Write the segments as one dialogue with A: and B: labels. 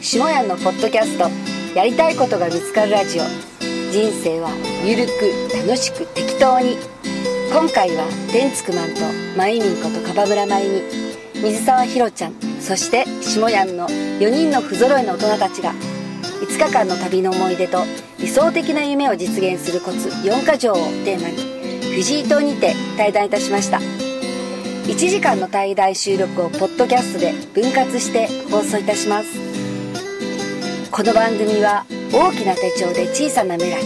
A: しもやんのポッドキャストやりたいことが見つかるラジオ人生はゆるく楽しく適当に今回は天竺マンとまゆみんことかばむらまゆみ水沢ひろちゃんそしてしもやんの4人の不揃いの大人たちが5日間の旅の思い出と理想的な夢を実現するコツ4か条をテーマにフィジー島にて対談いたしました1時間の対談収録をポッドキャストで分割して放送いたしますこの番組は大きな手帳で小さな未来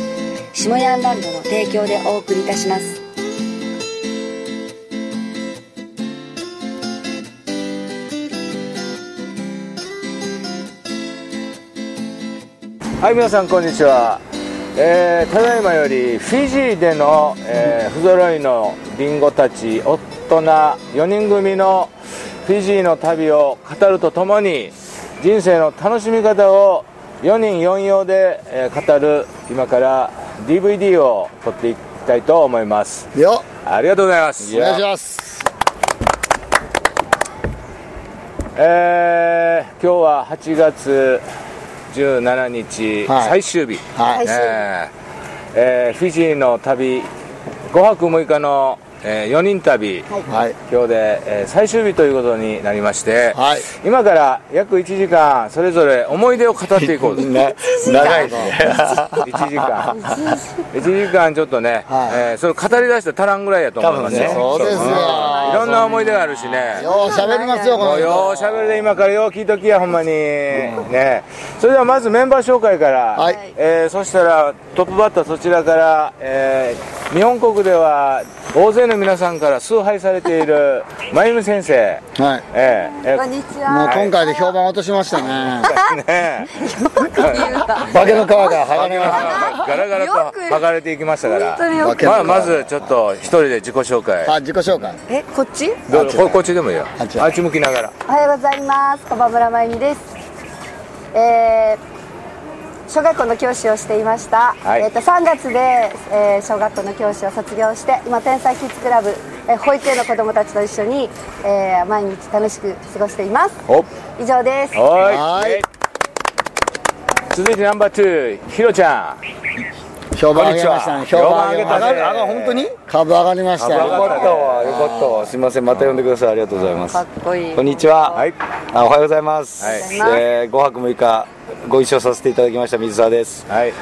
A: 下ヤンランドの提供でお送りいたします
B: はい皆さんこんにちは、えーただいまよりフィジーでの、えー不揃いのリンゴたち大人4人組のフィジーの旅を語るとともに人生の楽しみ方を4人4用で、えー語る今から DVD を撮っていきたいと思います
C: よ
B: ありがとうございます
C: お願いします
B: えー今日は8月17日、
C: は
B: 最
C: い
B: 終日
C: はい
B: えーえーフィジーの旅5泊6日の、え4人旅、
C: はい
B: 今日で、えー最終日ということになりまして、
C: はい
B: 今から約1時間それぞれ思い出を語っていこう と
C: な長いね
B: 1時間1時間ちょっとね、
C: はい
B: えーそれ語り出したら足らんぐらいやと思いますよ、
C: 多分ねそうですよ
B: んいろんな思い出があるしね
C: よう喋りますよ
B: も
C: この
B: うようしゃべるで今からよう聞いときやほんまに、ねそれではまずメンバー紹介から、
C: はい
B: えーそしたらトップバッターそちらから、えー日本国では大勢の皆さんから崇拝されてい るまゆみ先生、え
C: 人は
B: ー
C: い
B: え
D: こんにち
C: もう
D: は。
C: 今回で評判落としましたね
B: ー ね
C: 化けの皮が剥がれまし
B: ガラガラと
D: よく
B: 剥がれていきましたから
D: 本当によ
C: く
B: まあ、まずちょっと一人で自己紹介、
C: たあ自己紹介
D: え、こっち？
B: どうここっちでもいいよあ
C: あ違
B: っ
C: う
B: ち向きながら
D: おはようございます。小葉村まゆみです。えー小学校の教師をしていました。
B: はい
D: えっ、と3月で、えー小学校の教師を卒業して、今天才キッズクラブ、えー保育園の子供たちと一緒に、えー毎日楽しく過ごしています。
B: おっ
D: 以上です。
B: おーい
C: はーい
B: 続いてナンバー2ひろちゃん
C: 評判上げました
B: こ
C: ね
B: んにちは
C: 評判上
B: 評判上げ
C: げまし
B: た
C: た
B: ねあ本当に
C: 株上がりました
B: 株上が
E: よ
B: っ
C: よ
E: かったわ、よかったわ。すみません、また呼んでください。ありがとうございます。
D: かっこいい
E: こんにちは。
B: はい
E: あ、おはようございます。
B: はい
E: えー、5泊6日ご一緒させていただきました水沢です。
B: はい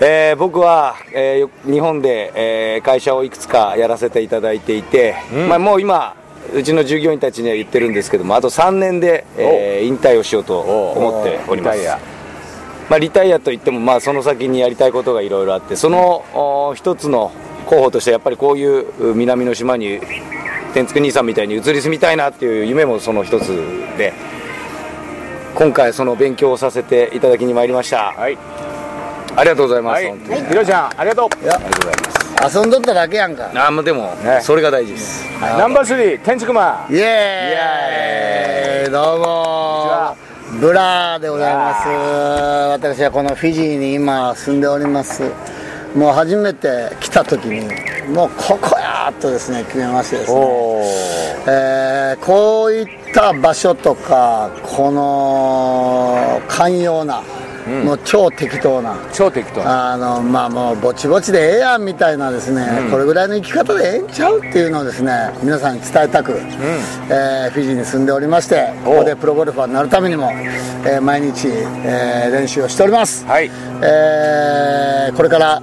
E: えー僕は、えーよ日本で、えー会社をいくつかやらせていただいていて、まあもう今うちの従業員たちには言ってるんですけども、あと3年で、えー引退をしようと思っております。
B: リタイア
E: まあ、リタイアといっても、まあ、その先にやりたいことがいろいろあってそのお一つの候補としてやっぱりこういうう南の島に天竺兄さんみたいに移り住みたいなっていう夢もその一つで今回その勉強をさせていただきに参りました、
B: はい
E: ありがとうございま
B: は
E: す、
B: い
E: 本当に
B: ひろちゃんありがとう
C: 遊んどっただけやんか
E: あーまあでも、
B: ね
E: それが大事です、
B: ナンバースリー天竺マン
C: イエーイどうもブラーでございます私はこのフィジーに今住んでおりますもう初めて来た時にもうここやーとですね決めましてですね、えーこういった場所とかこの寛容な、もう超適当な
B: 超適当
C: あのまあもうぼちぼちでええやんみたいなですね、これぐらいの生き方でええんちゃうっていうのをですね皆さんに伝えたく、えーフィジーに住んでおりましてここでプロゴルファーになるためにも、えー毎日、えー練習をしております、
B: はい
C: えーこれから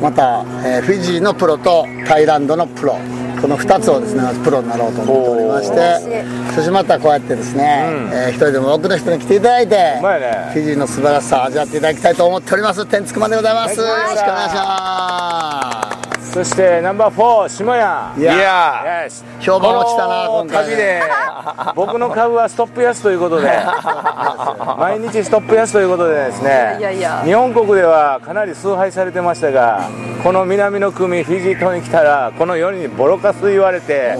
C: また、えーフィジーのプロとタイランドのプロこの2つをですねプロになろうと思っておりましてそしてまたこうやってですね、えー一人でも多くの人に来ていただいて
B: うまいね
C: フィジーの素晴らしさを味わっていただきたいと思っております天竺までございますよろ
B: はい
C: しくお願いしま
B: そしてナンバー4下屋
C: すいや
B: イエス
C: 評判落ちたな
B: この
C: 今回
B: 旅 で僕の株はストップ安ということで毎日ストップ安ということでですね
D: いやいや
B: 日本国ではかなり崇拝されてましたがこの南の組フィジー島に来たらこの世にボロカス言われて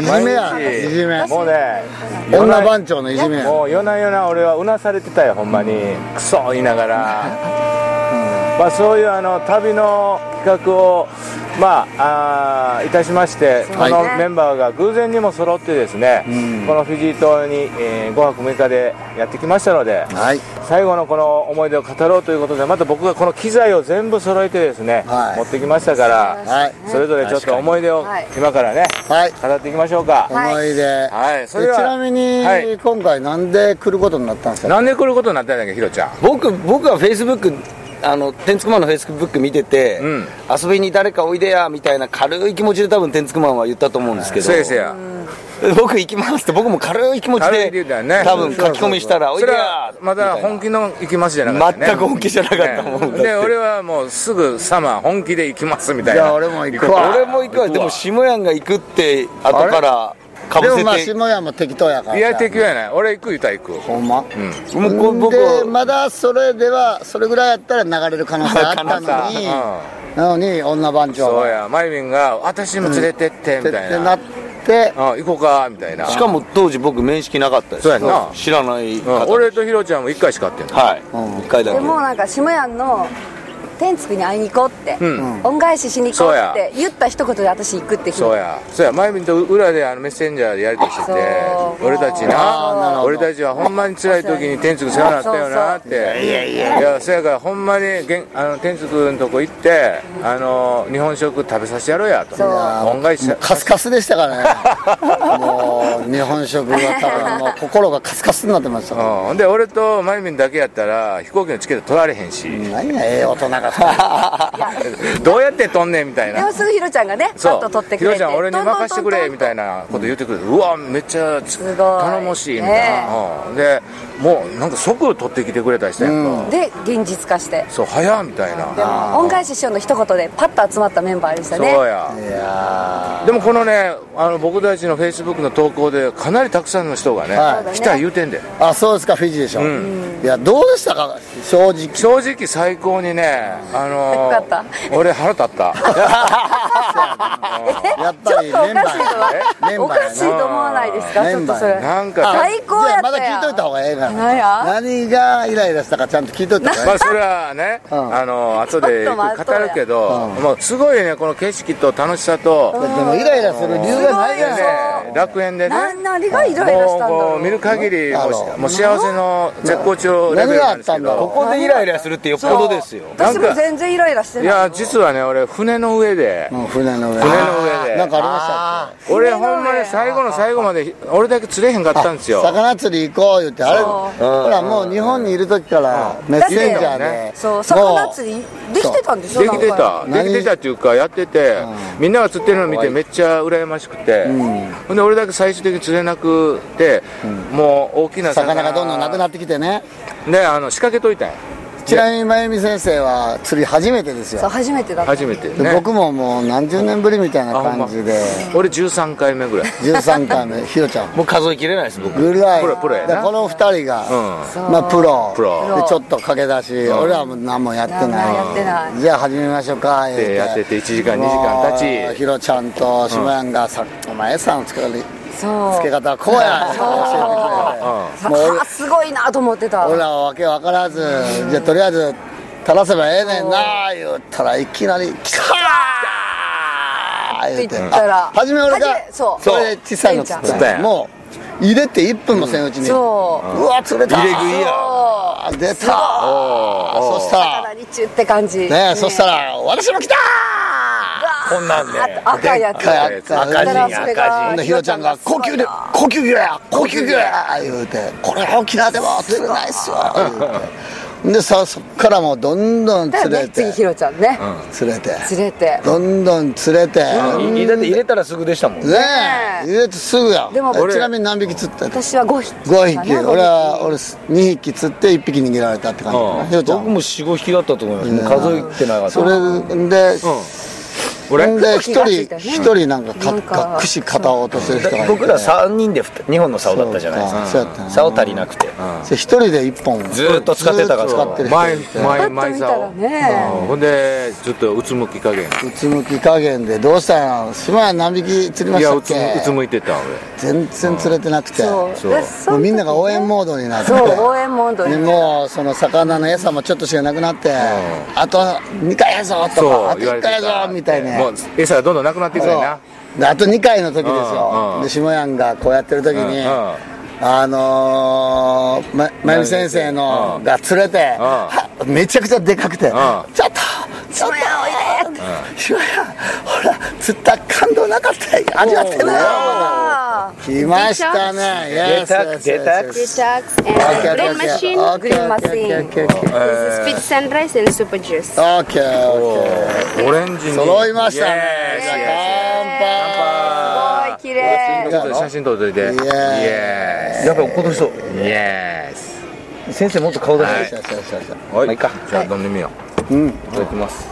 C: いじめやいじめ
B: もうね
C: 女番長のいじめ
B: もう夜な夜な俺はうなされてたよほんまにクソ言いながらまあ、そういうあの旅の企画を、まあ、あーいたしまして、このメンバーが偶然にも揃ってですね、このフィジー島に、え5泊6日でやってきましたので、
C: はい
B: 最後のこの思い出を語ろうということでまた僕がこの機材を全部揃えてですね、
C: はい
B: 持ってきましたから、
C: はい
B: それぞれちょっと思い出を
D: はい
B: 今からね
C: はい
B: 語っていきましょうか、
D: い
C: 思い出
B: はい
C: え
B: それは
C: ちなみに、
B: はい
C: 今回なんで来ることになったんですか
B: なんで来ることになったんだっけひろちゃん
E: 僕僕はフェイスブックあの天竺マンのフェイスブック見てて、
B: うん
E: 遊びに誰かおいでやみたいな軽い気持ちで多分天竺マンは言ったと思うんですけど、
B: そうですよ
E: 僕行きますって僕も軽い気持ち
B: 軽い
E: で
B: って言うたよね
E: 多分書き込みしたらおい
B: そ
E: で
B: れ
E: や
B: はまだ本気の行きますじゃなかったね
E: 全く本気じゃなかったもんだって
B: で俺はもうすぐサマー本気で行きますみたい
C: じ
B: な
C: ゃあ俺も行くわ
E: 俺も行くわでも下屋が行くって後からかぶ
C: でも
E: せて
C: まあ下山も適当やから
B: いや敵やない俺行く言うたら行く
C: ほんま、
E: もうこう僕
C: でまだそれではそれぐらいやったら流れる可能性あっ たのに
B: 可能性
C: なのに女番長
B: そう
C: が
B: やマイミンが「私も連れてって」
C: っ
B: み
C: て
B: たい
C: な
B: な
C: って
B: 「うん行こうか」みたいな
E: しかも当時僕面識なかったです
B: そうやんな
E: 知らな
B: う
E: い
B: ん
E: 方、
B: 俺とヒロちゃんも1回しか会ってんの
E: はい、一回だ
D: で
E: け
D: もうなんか下屋の天竺に会いに行こうって、
B: ん
D: 恩返ししに行こう
B: そうや
D: って言った一言で私行くって決め
B: そうやそうやマイミンと裏であのメッセンジャーでやりとりしてて
D: そう
B: 俺たち
C: あーなるほ
B: な
C: ど
B: 俺たちはほんまに辛い時に天竺世話になったよなっていやいやいやそやからほんまにげんあの天竺のとこ行ってあの日本食食べさせてやろうやと
D: そう
B: 恩返し
C: もうカスカスでしたからねもう日本食が多分もう心がカスカスになってました
B: うん
C: もん
B: ほんで俺とマイミンだけやったら飛行機のチケット取られへんし
C: 何やええ大人が
B: どうやって取んねんみたい
D: で
B: な
D: もすぐひろちゃんがねパ
B: そ
D: ッと取って
B: う
D: く
B: ひ
D: れ
B: ろ
D: て
B: ちゃん俺に任せてくれみた
D: い
B: いなこと言ってくるうわめっちゃつ
D: ごい
B: 頼もしいみたい
D: ね
B: なうんでもうなんか即取ってきてくれたりしてんか
D: で現実化して
B: そう早っみたい
D: で
B: な
D: も恩返ししようの一言でパッと集まったメンバーでしたね
B: そうや
C: いや
B: でもこのねあの僕たちのフェイスブックの投稿でかなりたくさんの人がね
C: はい
B: 来た言うてんで
C: ーあそうですかフィジーでしょ、いやどうでしたか正直
B: 正直最高にねあの
D: よかっ
B: 俺腹立った
D: ちょ
C: やっぱ
D: っ
C: り
D: とお
C: メンバ
D: かしいと
C: ーやメン
D: はお
C: バー
D: か
C: や
D: しい
C: な
D: と思わないですか
C: メ
D: ちょっ
C: ンバ
D: とそ
C: ー
D: れ
B: なんか
D: 最高やった
C: じゃあまだ聞いといた方がええから
D: 何や
C: 何がイライラしたかちゃんと聞いといた方が
B: ま
C: え
B: あそれはね、
C: ん
B: あの後でよく語るけど、
C: う
B: もうすごいねこの景色と楽しさと、
C: えでもイライラする理由がない
B: で
C: やん
B: ね楽園でね
D: な何がイライラしたんだ
B: もう
D: ろ
B: こう見る
D: う
B: 限りもう
C: あの
B: もう幸せの絶好調レベルなんですけ
C: 何があった
E: こ
B: ど
C: の
E: こでイライラするってよっぽどですよ
B: なん
D: 私
B: か
D: も全然イライラしてない
B: い
D: の
B: や実はね俺船の上で
C: もう船の上
B: 船の上で
C: なんかありましたっ
B: 俺ほんまに最後の最後まで俺だけ釣れへんかったんです
C: け
B: よ
C: 魚釣り行こう言ってあれ
D: そ
C: ほらもう日本にいる時からメッセンジャーで
D: そう魚
C: り
D: 釣りできてたんでしょ
B: できて
D: なんか
B: た
C: 何
B: できてたっていうかやっててみんなが釣ってるの見てめっちゃ羨ましくてほんで俺だけ最終的に釣れなくてもう大きな
C: 魚がどんどんなくな
B: っ
C: ってきてね
B: てであの仕掛けといたんや
C: ちなみに真由美先生は釣り初めてです
D: そう
C: よ
D: 初めてだった
B: 初めて
C: で
B: ね
C: 僕ももう何十年ぶりみたいな
B: あほんま
C: 感じで
B: 俺13回目ぐ らい
C: 13 回目ひろちゃん
E: もう数えきれないです僕
C: ぐらい
B: プロプロやな
C: でこの二人が、
B: う
C: まあ、プロ
B: プロ
C: でちょっと駆け出し、俺はもう何もやってない
D: 何もやってない
C: じゃあ始めましょうか言う
B: でやってて一時間二時間経ち
C: もうヒロちゃんとシマヤンがさ、お前さんのつけ
D: そう
C: つけ方はこうや」教えてくれてもう
D: あすごいなと思ってた
C: 俺俺らはわけわからずじゃあとりあえず垂らせばええねんな言ったらいきなり「キャー!」言うて
D: って言ったら
C: あ初め俺
D: 初
C: が
D: めそう
C: これで小さいの釣
B: 釣
C: っ
B: った
C: た
B: やん
C: もう入れて1分もせんうちに、
D: そう
C: うわ釣れた
E: 入れ食いや
C: あー出たそしたら
D: 魚に中って感じ
C: ねえそしたら私も来た
E: こんなんで
D: あ赤いやつ
C: 赤やつ
B: 赤字
D: だから
B: 赤
D: そ
B: 字
D: れが
C: ほんでひろちゃんが「高級で高級魚や高級魚や」言うて「これ沖縄でも釣れないっ すわ」言うてでさそっからもうどんどん
D: だよ
C: 釣
D: ね
C: れ
D: 次
C: て
D: ひろちゃんね
C: 釣れて
D: 連れて
C: どんどん釣れて
E: いだって入れたらすぐでしたもん
C: ねえ入れてすぐや
D: でも
C: えちなみに何匹釣ったの
D: 私は5匹
C: 5
D: か
C: 匹
D: な
C: 俺は俺2匹釣って1匹逃げられたって感じかなひろちゃん
E: 僕も45匹だったと思いますもう数えてなかった
C: それで、
E: これ
C: ほんで一人
A: 火がつい
C: 一
A: たね
C: 人なんか
A: なんか
C: か串片を落とせる人がいて
F: 僕ら3人で2本の竿だったじゃないですか
C: そうかそうやったな
F: 竿足りなくて
C: そう一人で一本
F: ずーっと使ってたから
C: ずーっと使ってる人が
B: 前
C: いて
B: 前
A: パッと
B: 前
A: 見
B: さ
A: たらね
B: ほんでちょっとうつむき加減
C: うつむき加減でどうしたら島は何匹釣りま
B: い
C: し
B: や
C: た
B: う
C: っ
B: つむうつ
C: け
B: むいてた俺
C: 全然釣れてなくて
A: そう
C: も
A: そうでそうの時ね
C: みんなが応援モードになって
A: そう応援モードに
C: でもうその魚の餌もちょっとしかなくなってあと2回やぞとか
B: そう
C: あと
B: 言われて
C: 1回や
B: た
C: ぞみたいな
B: もう餌がどんどんなくなっていくねんな
C: そうであと2回の時です
B: うんう
C: よ
B: ん
C: で下やんがこうやってる時に、
B: うんうん
C: あのー、ま真由美先生のが釣れて、
B: うん
C: はめちゃくちゃでかくて、
B: ん
C: ちょっとちょっと下やんほら釣った感動なかったよ味わってなよ来ましたね
F: 出た出た
G: Detox and green machine, green machine. This is pizza and rice and super juice.
C: オッケーオッケー
B: オレンジに
C: 揃いましたね
B: イエーイ
C: じゃあ
D: 綺麗
B: ちょっと写真撮っといてイ
C: 乾杯イエ
F: やっぱ怒りそう
B: ーイイエーイ
F: 先生もっと顔出して
C: ーイそうそうそうそう
B: はい
F: まあいいか
B: じゃあ飲んでみよ
F: いただきます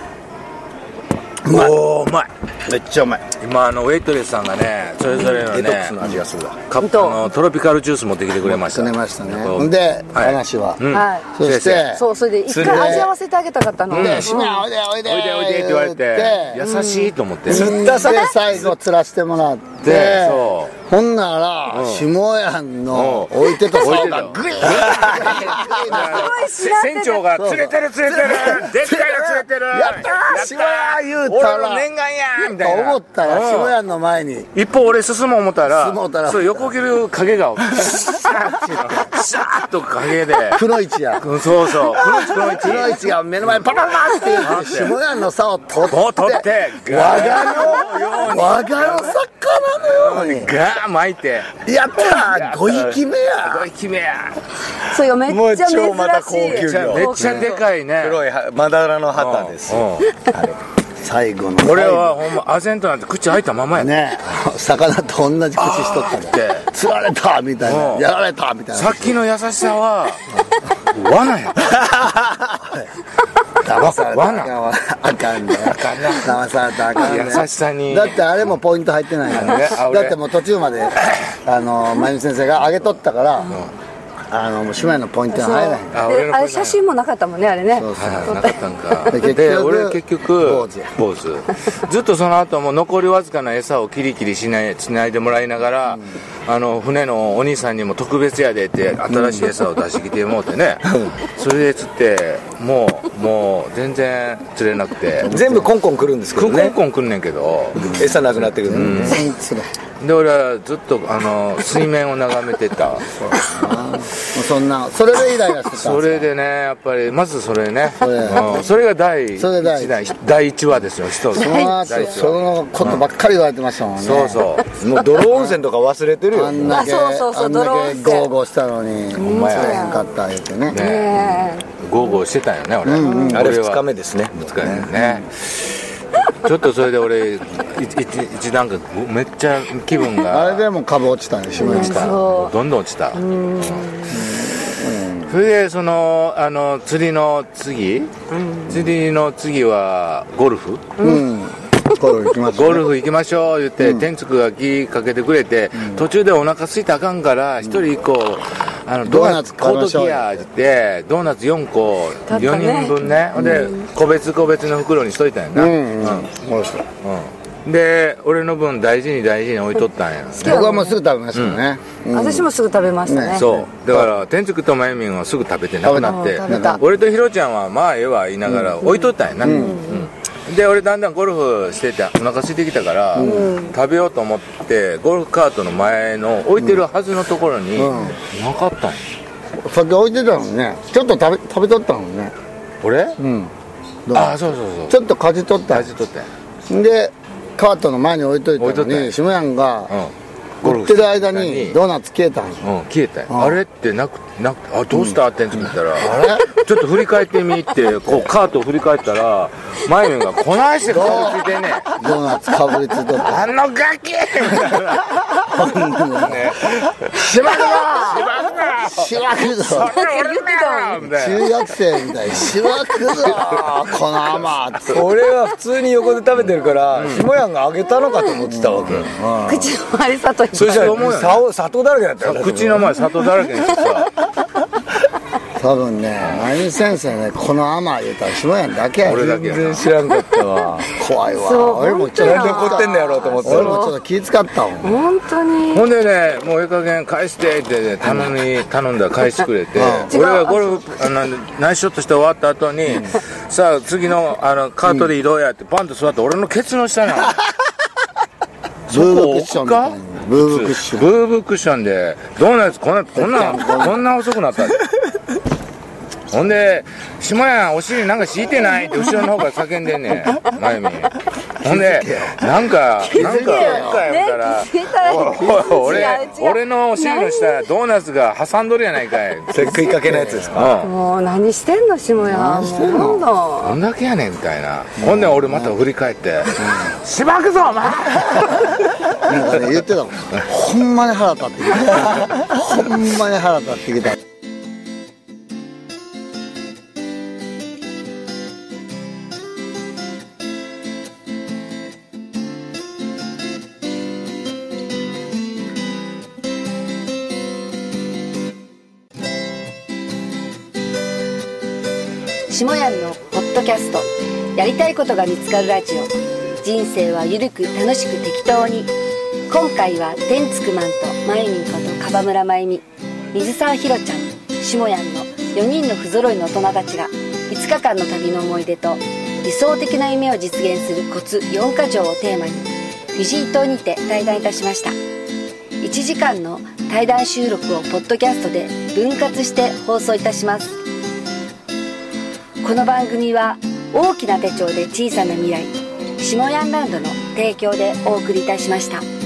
B: うおおうまい
F: めっちゃうまい
B: 今あのウェイトレスさんがねそれぞれの
F: デトック
B: ね
F: スの味がするわ
B: カップあのトロピカルジュース持ってきてくれました
C: 釣れましたね
B: こう
C: ほんで
B: はい
C: 話は
B: うん
A: はい
C: そして
A: そうそれで一回味合わせてあげたかったの、
B: ん
C: で「しまおいでおいで」
B: おいでおいでって言われて優しいと思 って
C: 釣ったさ最後釣らしてもらって
B: でそ
C: ほんなら下屋の置いてた竿がグイーン
B: 船長が釣れてる釣れてるでっかいの釣れてる
C: やったー下屋言うた
B: 俺の
C: ら
B: 念願やーみたいな
C: 思ったら
B: うん
C: 下屋の前に
B: 一方俺進もう思ったら
C: 進もうたら
B: それ横切る影がシャーッてシャーッと影で
C: 黒市や
B: うんそうそう黒い黒い
C: 黒市が目の前にパパパって言って下屋の竿を取
B: こう取っ
C: って
B: て
C: 我
B: ガ
C: がの我がの魚のように
B: ーガー巻いて
C: やったー5匹目や
B: これ決めや
A: それがめっちゃ珍しい
F: もう超また高級
B: めっちゃめっちゃでかいね
F: 黒いはマダラの旗です
B: うんうん
C: 最後の
B: これはほんまアゼントなんて口開いたままやね
C: ね魚と同じ口しとったで釣られたみたい
B: うん
C: なやられたみたい
B: さ
C: な
B: っきの優しさは罠や
C: 騙されたら
B: 罠
C: あかんわあかんね騙されたらあかんね
B: 優しさに
C: だってあれもポイント入ってないか
B: ねあ
C: ら
B: 俺
C: だってもう途中 まであの真由美先生が上げとったからあのもう姉妹のポイントに入らへん
B: あ俺
A: で
B: の
A: あ
B: こ
A: れ
B: れな
A: 写真もなかったもんねあれね
C: そうそう
B: あなかったんか
C: で結局
B: で俺結局
C: 坊主や
B: 坊主ずっとその後も残りわずかな餌をキリキリしないつないでもらいながら、あの船のお兄さんにも特別やでって新しい餌を出してきてもうてね、それで釣ってもうもう全然釣れなくて
E: 全部コンコン来るんですけ
B: く
E: ど
B: んこん
E: ね
B: こんくんねんけど
E: 餌なくなってくるんで
C: 全然釣れへん
B: で俺はずっとあの水面を眺めてた
C: もうそんなそれでイライラしてた
B: それでねやっぱりまずそれね
C: れ
B: うんそれが第1
C: それ第一
B: 第1話ですよ一つ
C: その後そのことばっかり言われてましたもんね
B: そうそう
E: すもう泥温泉とか忘れてる
C: あ
E: よ
C: んだけ
A: あそうそうそう
C: あんだ
A: ドロー
C: け
A: ンって
C: 豪語したのにお前釣れへんかった言うてね
B: ねゴーゴーしてたよね俺、
E: あれ
B: 俺は
E: 2日目ですね
B: 二日目ねちょっとそれで俺一一一段階めっちゃ気分が
C: あれでもう株落ちたんでしまいました
B: どんどん落ちた、うんそれでそのあの釣りの次、釣りの次はゴルフ、
C: うんゴルフ行きましたね
B: ゴルフ行きましょう言って、天竺が気かけてくれて、途中でお腹空いたらあかんから一人一個あのド
C: ド
B: ー
C: ー
B: ナ
C: ナ
B: ツ
C: ツ
B: 買
C: 買
B: う
C: い
B: と
C: ましょ
B: き
C: うよ
B: やってドーナツ4個
A: 買ったね
B: 4人分ねほんで個別個別の袋にしといたんやな、
C: うんうんゴルフ
B: うんで俺の分大事に大事に置いとったんや、
C: 僕はもうすぐ食べましたね
A: 私もすぐ食べましたね
C: ね
B: そうだから天竺とまゆみんはすぐ食べてなくなって
A: 食べた
B: 俺とひろちゃんはまあええわ言いながら置いとったんやな、うんで俺だんだんゴルフしててお腹空いてきたから、食べようと思ってゴルフカートの前の置いてるはずのところに、
C: うん
B: なかったんや
C: さっき置いてたのにねちょっと食べ食べとったのにね
B: 俺
C: うんどう
B: ああそうそうそう
C: ちょっとかじとった
B: 大事とったんや
C: でカートの前に置いとい
B: 置いと
C: た
B: った
C: の
B: よ
C: に下やんが
B: うん
C: 売ってる間
B: ゴルフして
C: に
B: る間
C: ドーナツ消えたんよ
B: うん、消えたよ
C: ん
B: あれってなくなくあどうしたってんって言ったら、あれちょっと振り返ってみってこうカートを振り返ったらまゆみんが「こないして顔ついてんねん
C: ドーナツかぶりついとった
B: あのガキ!」みたいな「しまくぞしまくぞ
C: しわくぞ
B: 俺のやろ!」みみたいな
C: 中学生みたいにしばくぞこの甘っつって
E: 俺は普通に横で食べてるから、ひもやんがあげたのかと思ってたわけ、
A: 口の周りさとい
E: そしたら砂砂糖だらけだったよ
B: 口の前砂糖だらけにしてさ
C: 多分ね真由美先生ねこの甘言うたらしばやんだけや
B: 俺だけ
E: 全
B: やな
E: 然知らんかったわ
C: 怖い
A: そう
C: わ俺もちょっ
E: なん
C: と
E: で怒ってんのやろうと思って
C: 俺もちょっと気使ったもん
A: 本当に
B: ほんでねもうええ加減返してって、ね、頼み頼んだら返してくれて俺はゴルフあのナイスショットして終わった後にさあ次のあのカートで移動やってパンと座って俺のケツの下なの
C: ブーブークッションみたいなブーブークッション
B: ブーブークッションでどうなんですこんなこんなこんな遅くなったんでほんで「下やんお尻なんか敷いてない?」って後ろの方から叫んでんねん真由美ほんでなんかなんかなんか言うたら
D: 聞いたら
B: おいおい俺俺のお尻の下ドーナツが挟んどるやないかい
E: せっかいかけのやつですか
B: うん
A: もう何してんの下屋もうどんどん
B: どんだけやねんみたいなほんで俺また振り返って「しばくぞお前!」
C: なんかね言ってたもんほんまに腹立ってきたほんまに腹立ってきた
A: 下屋のポッドキャストやりたいことが見つかるラジオ人生はゆるく楽しく適当に今回は天つくまんとまゆみんことかばむらまゆみ水沢ひろちゃん下屋の4人の不揃いの大人たちが5日間の旅の思い出と理想的な夢を実現するコツ4か条をテーマにフィジー島にて対談いたしました1時間の対談収録をポッドキャストで分割して放送いたしますこの番組は大きな手帳で小さな未来下ヤンランドの提供でお送りいたしました。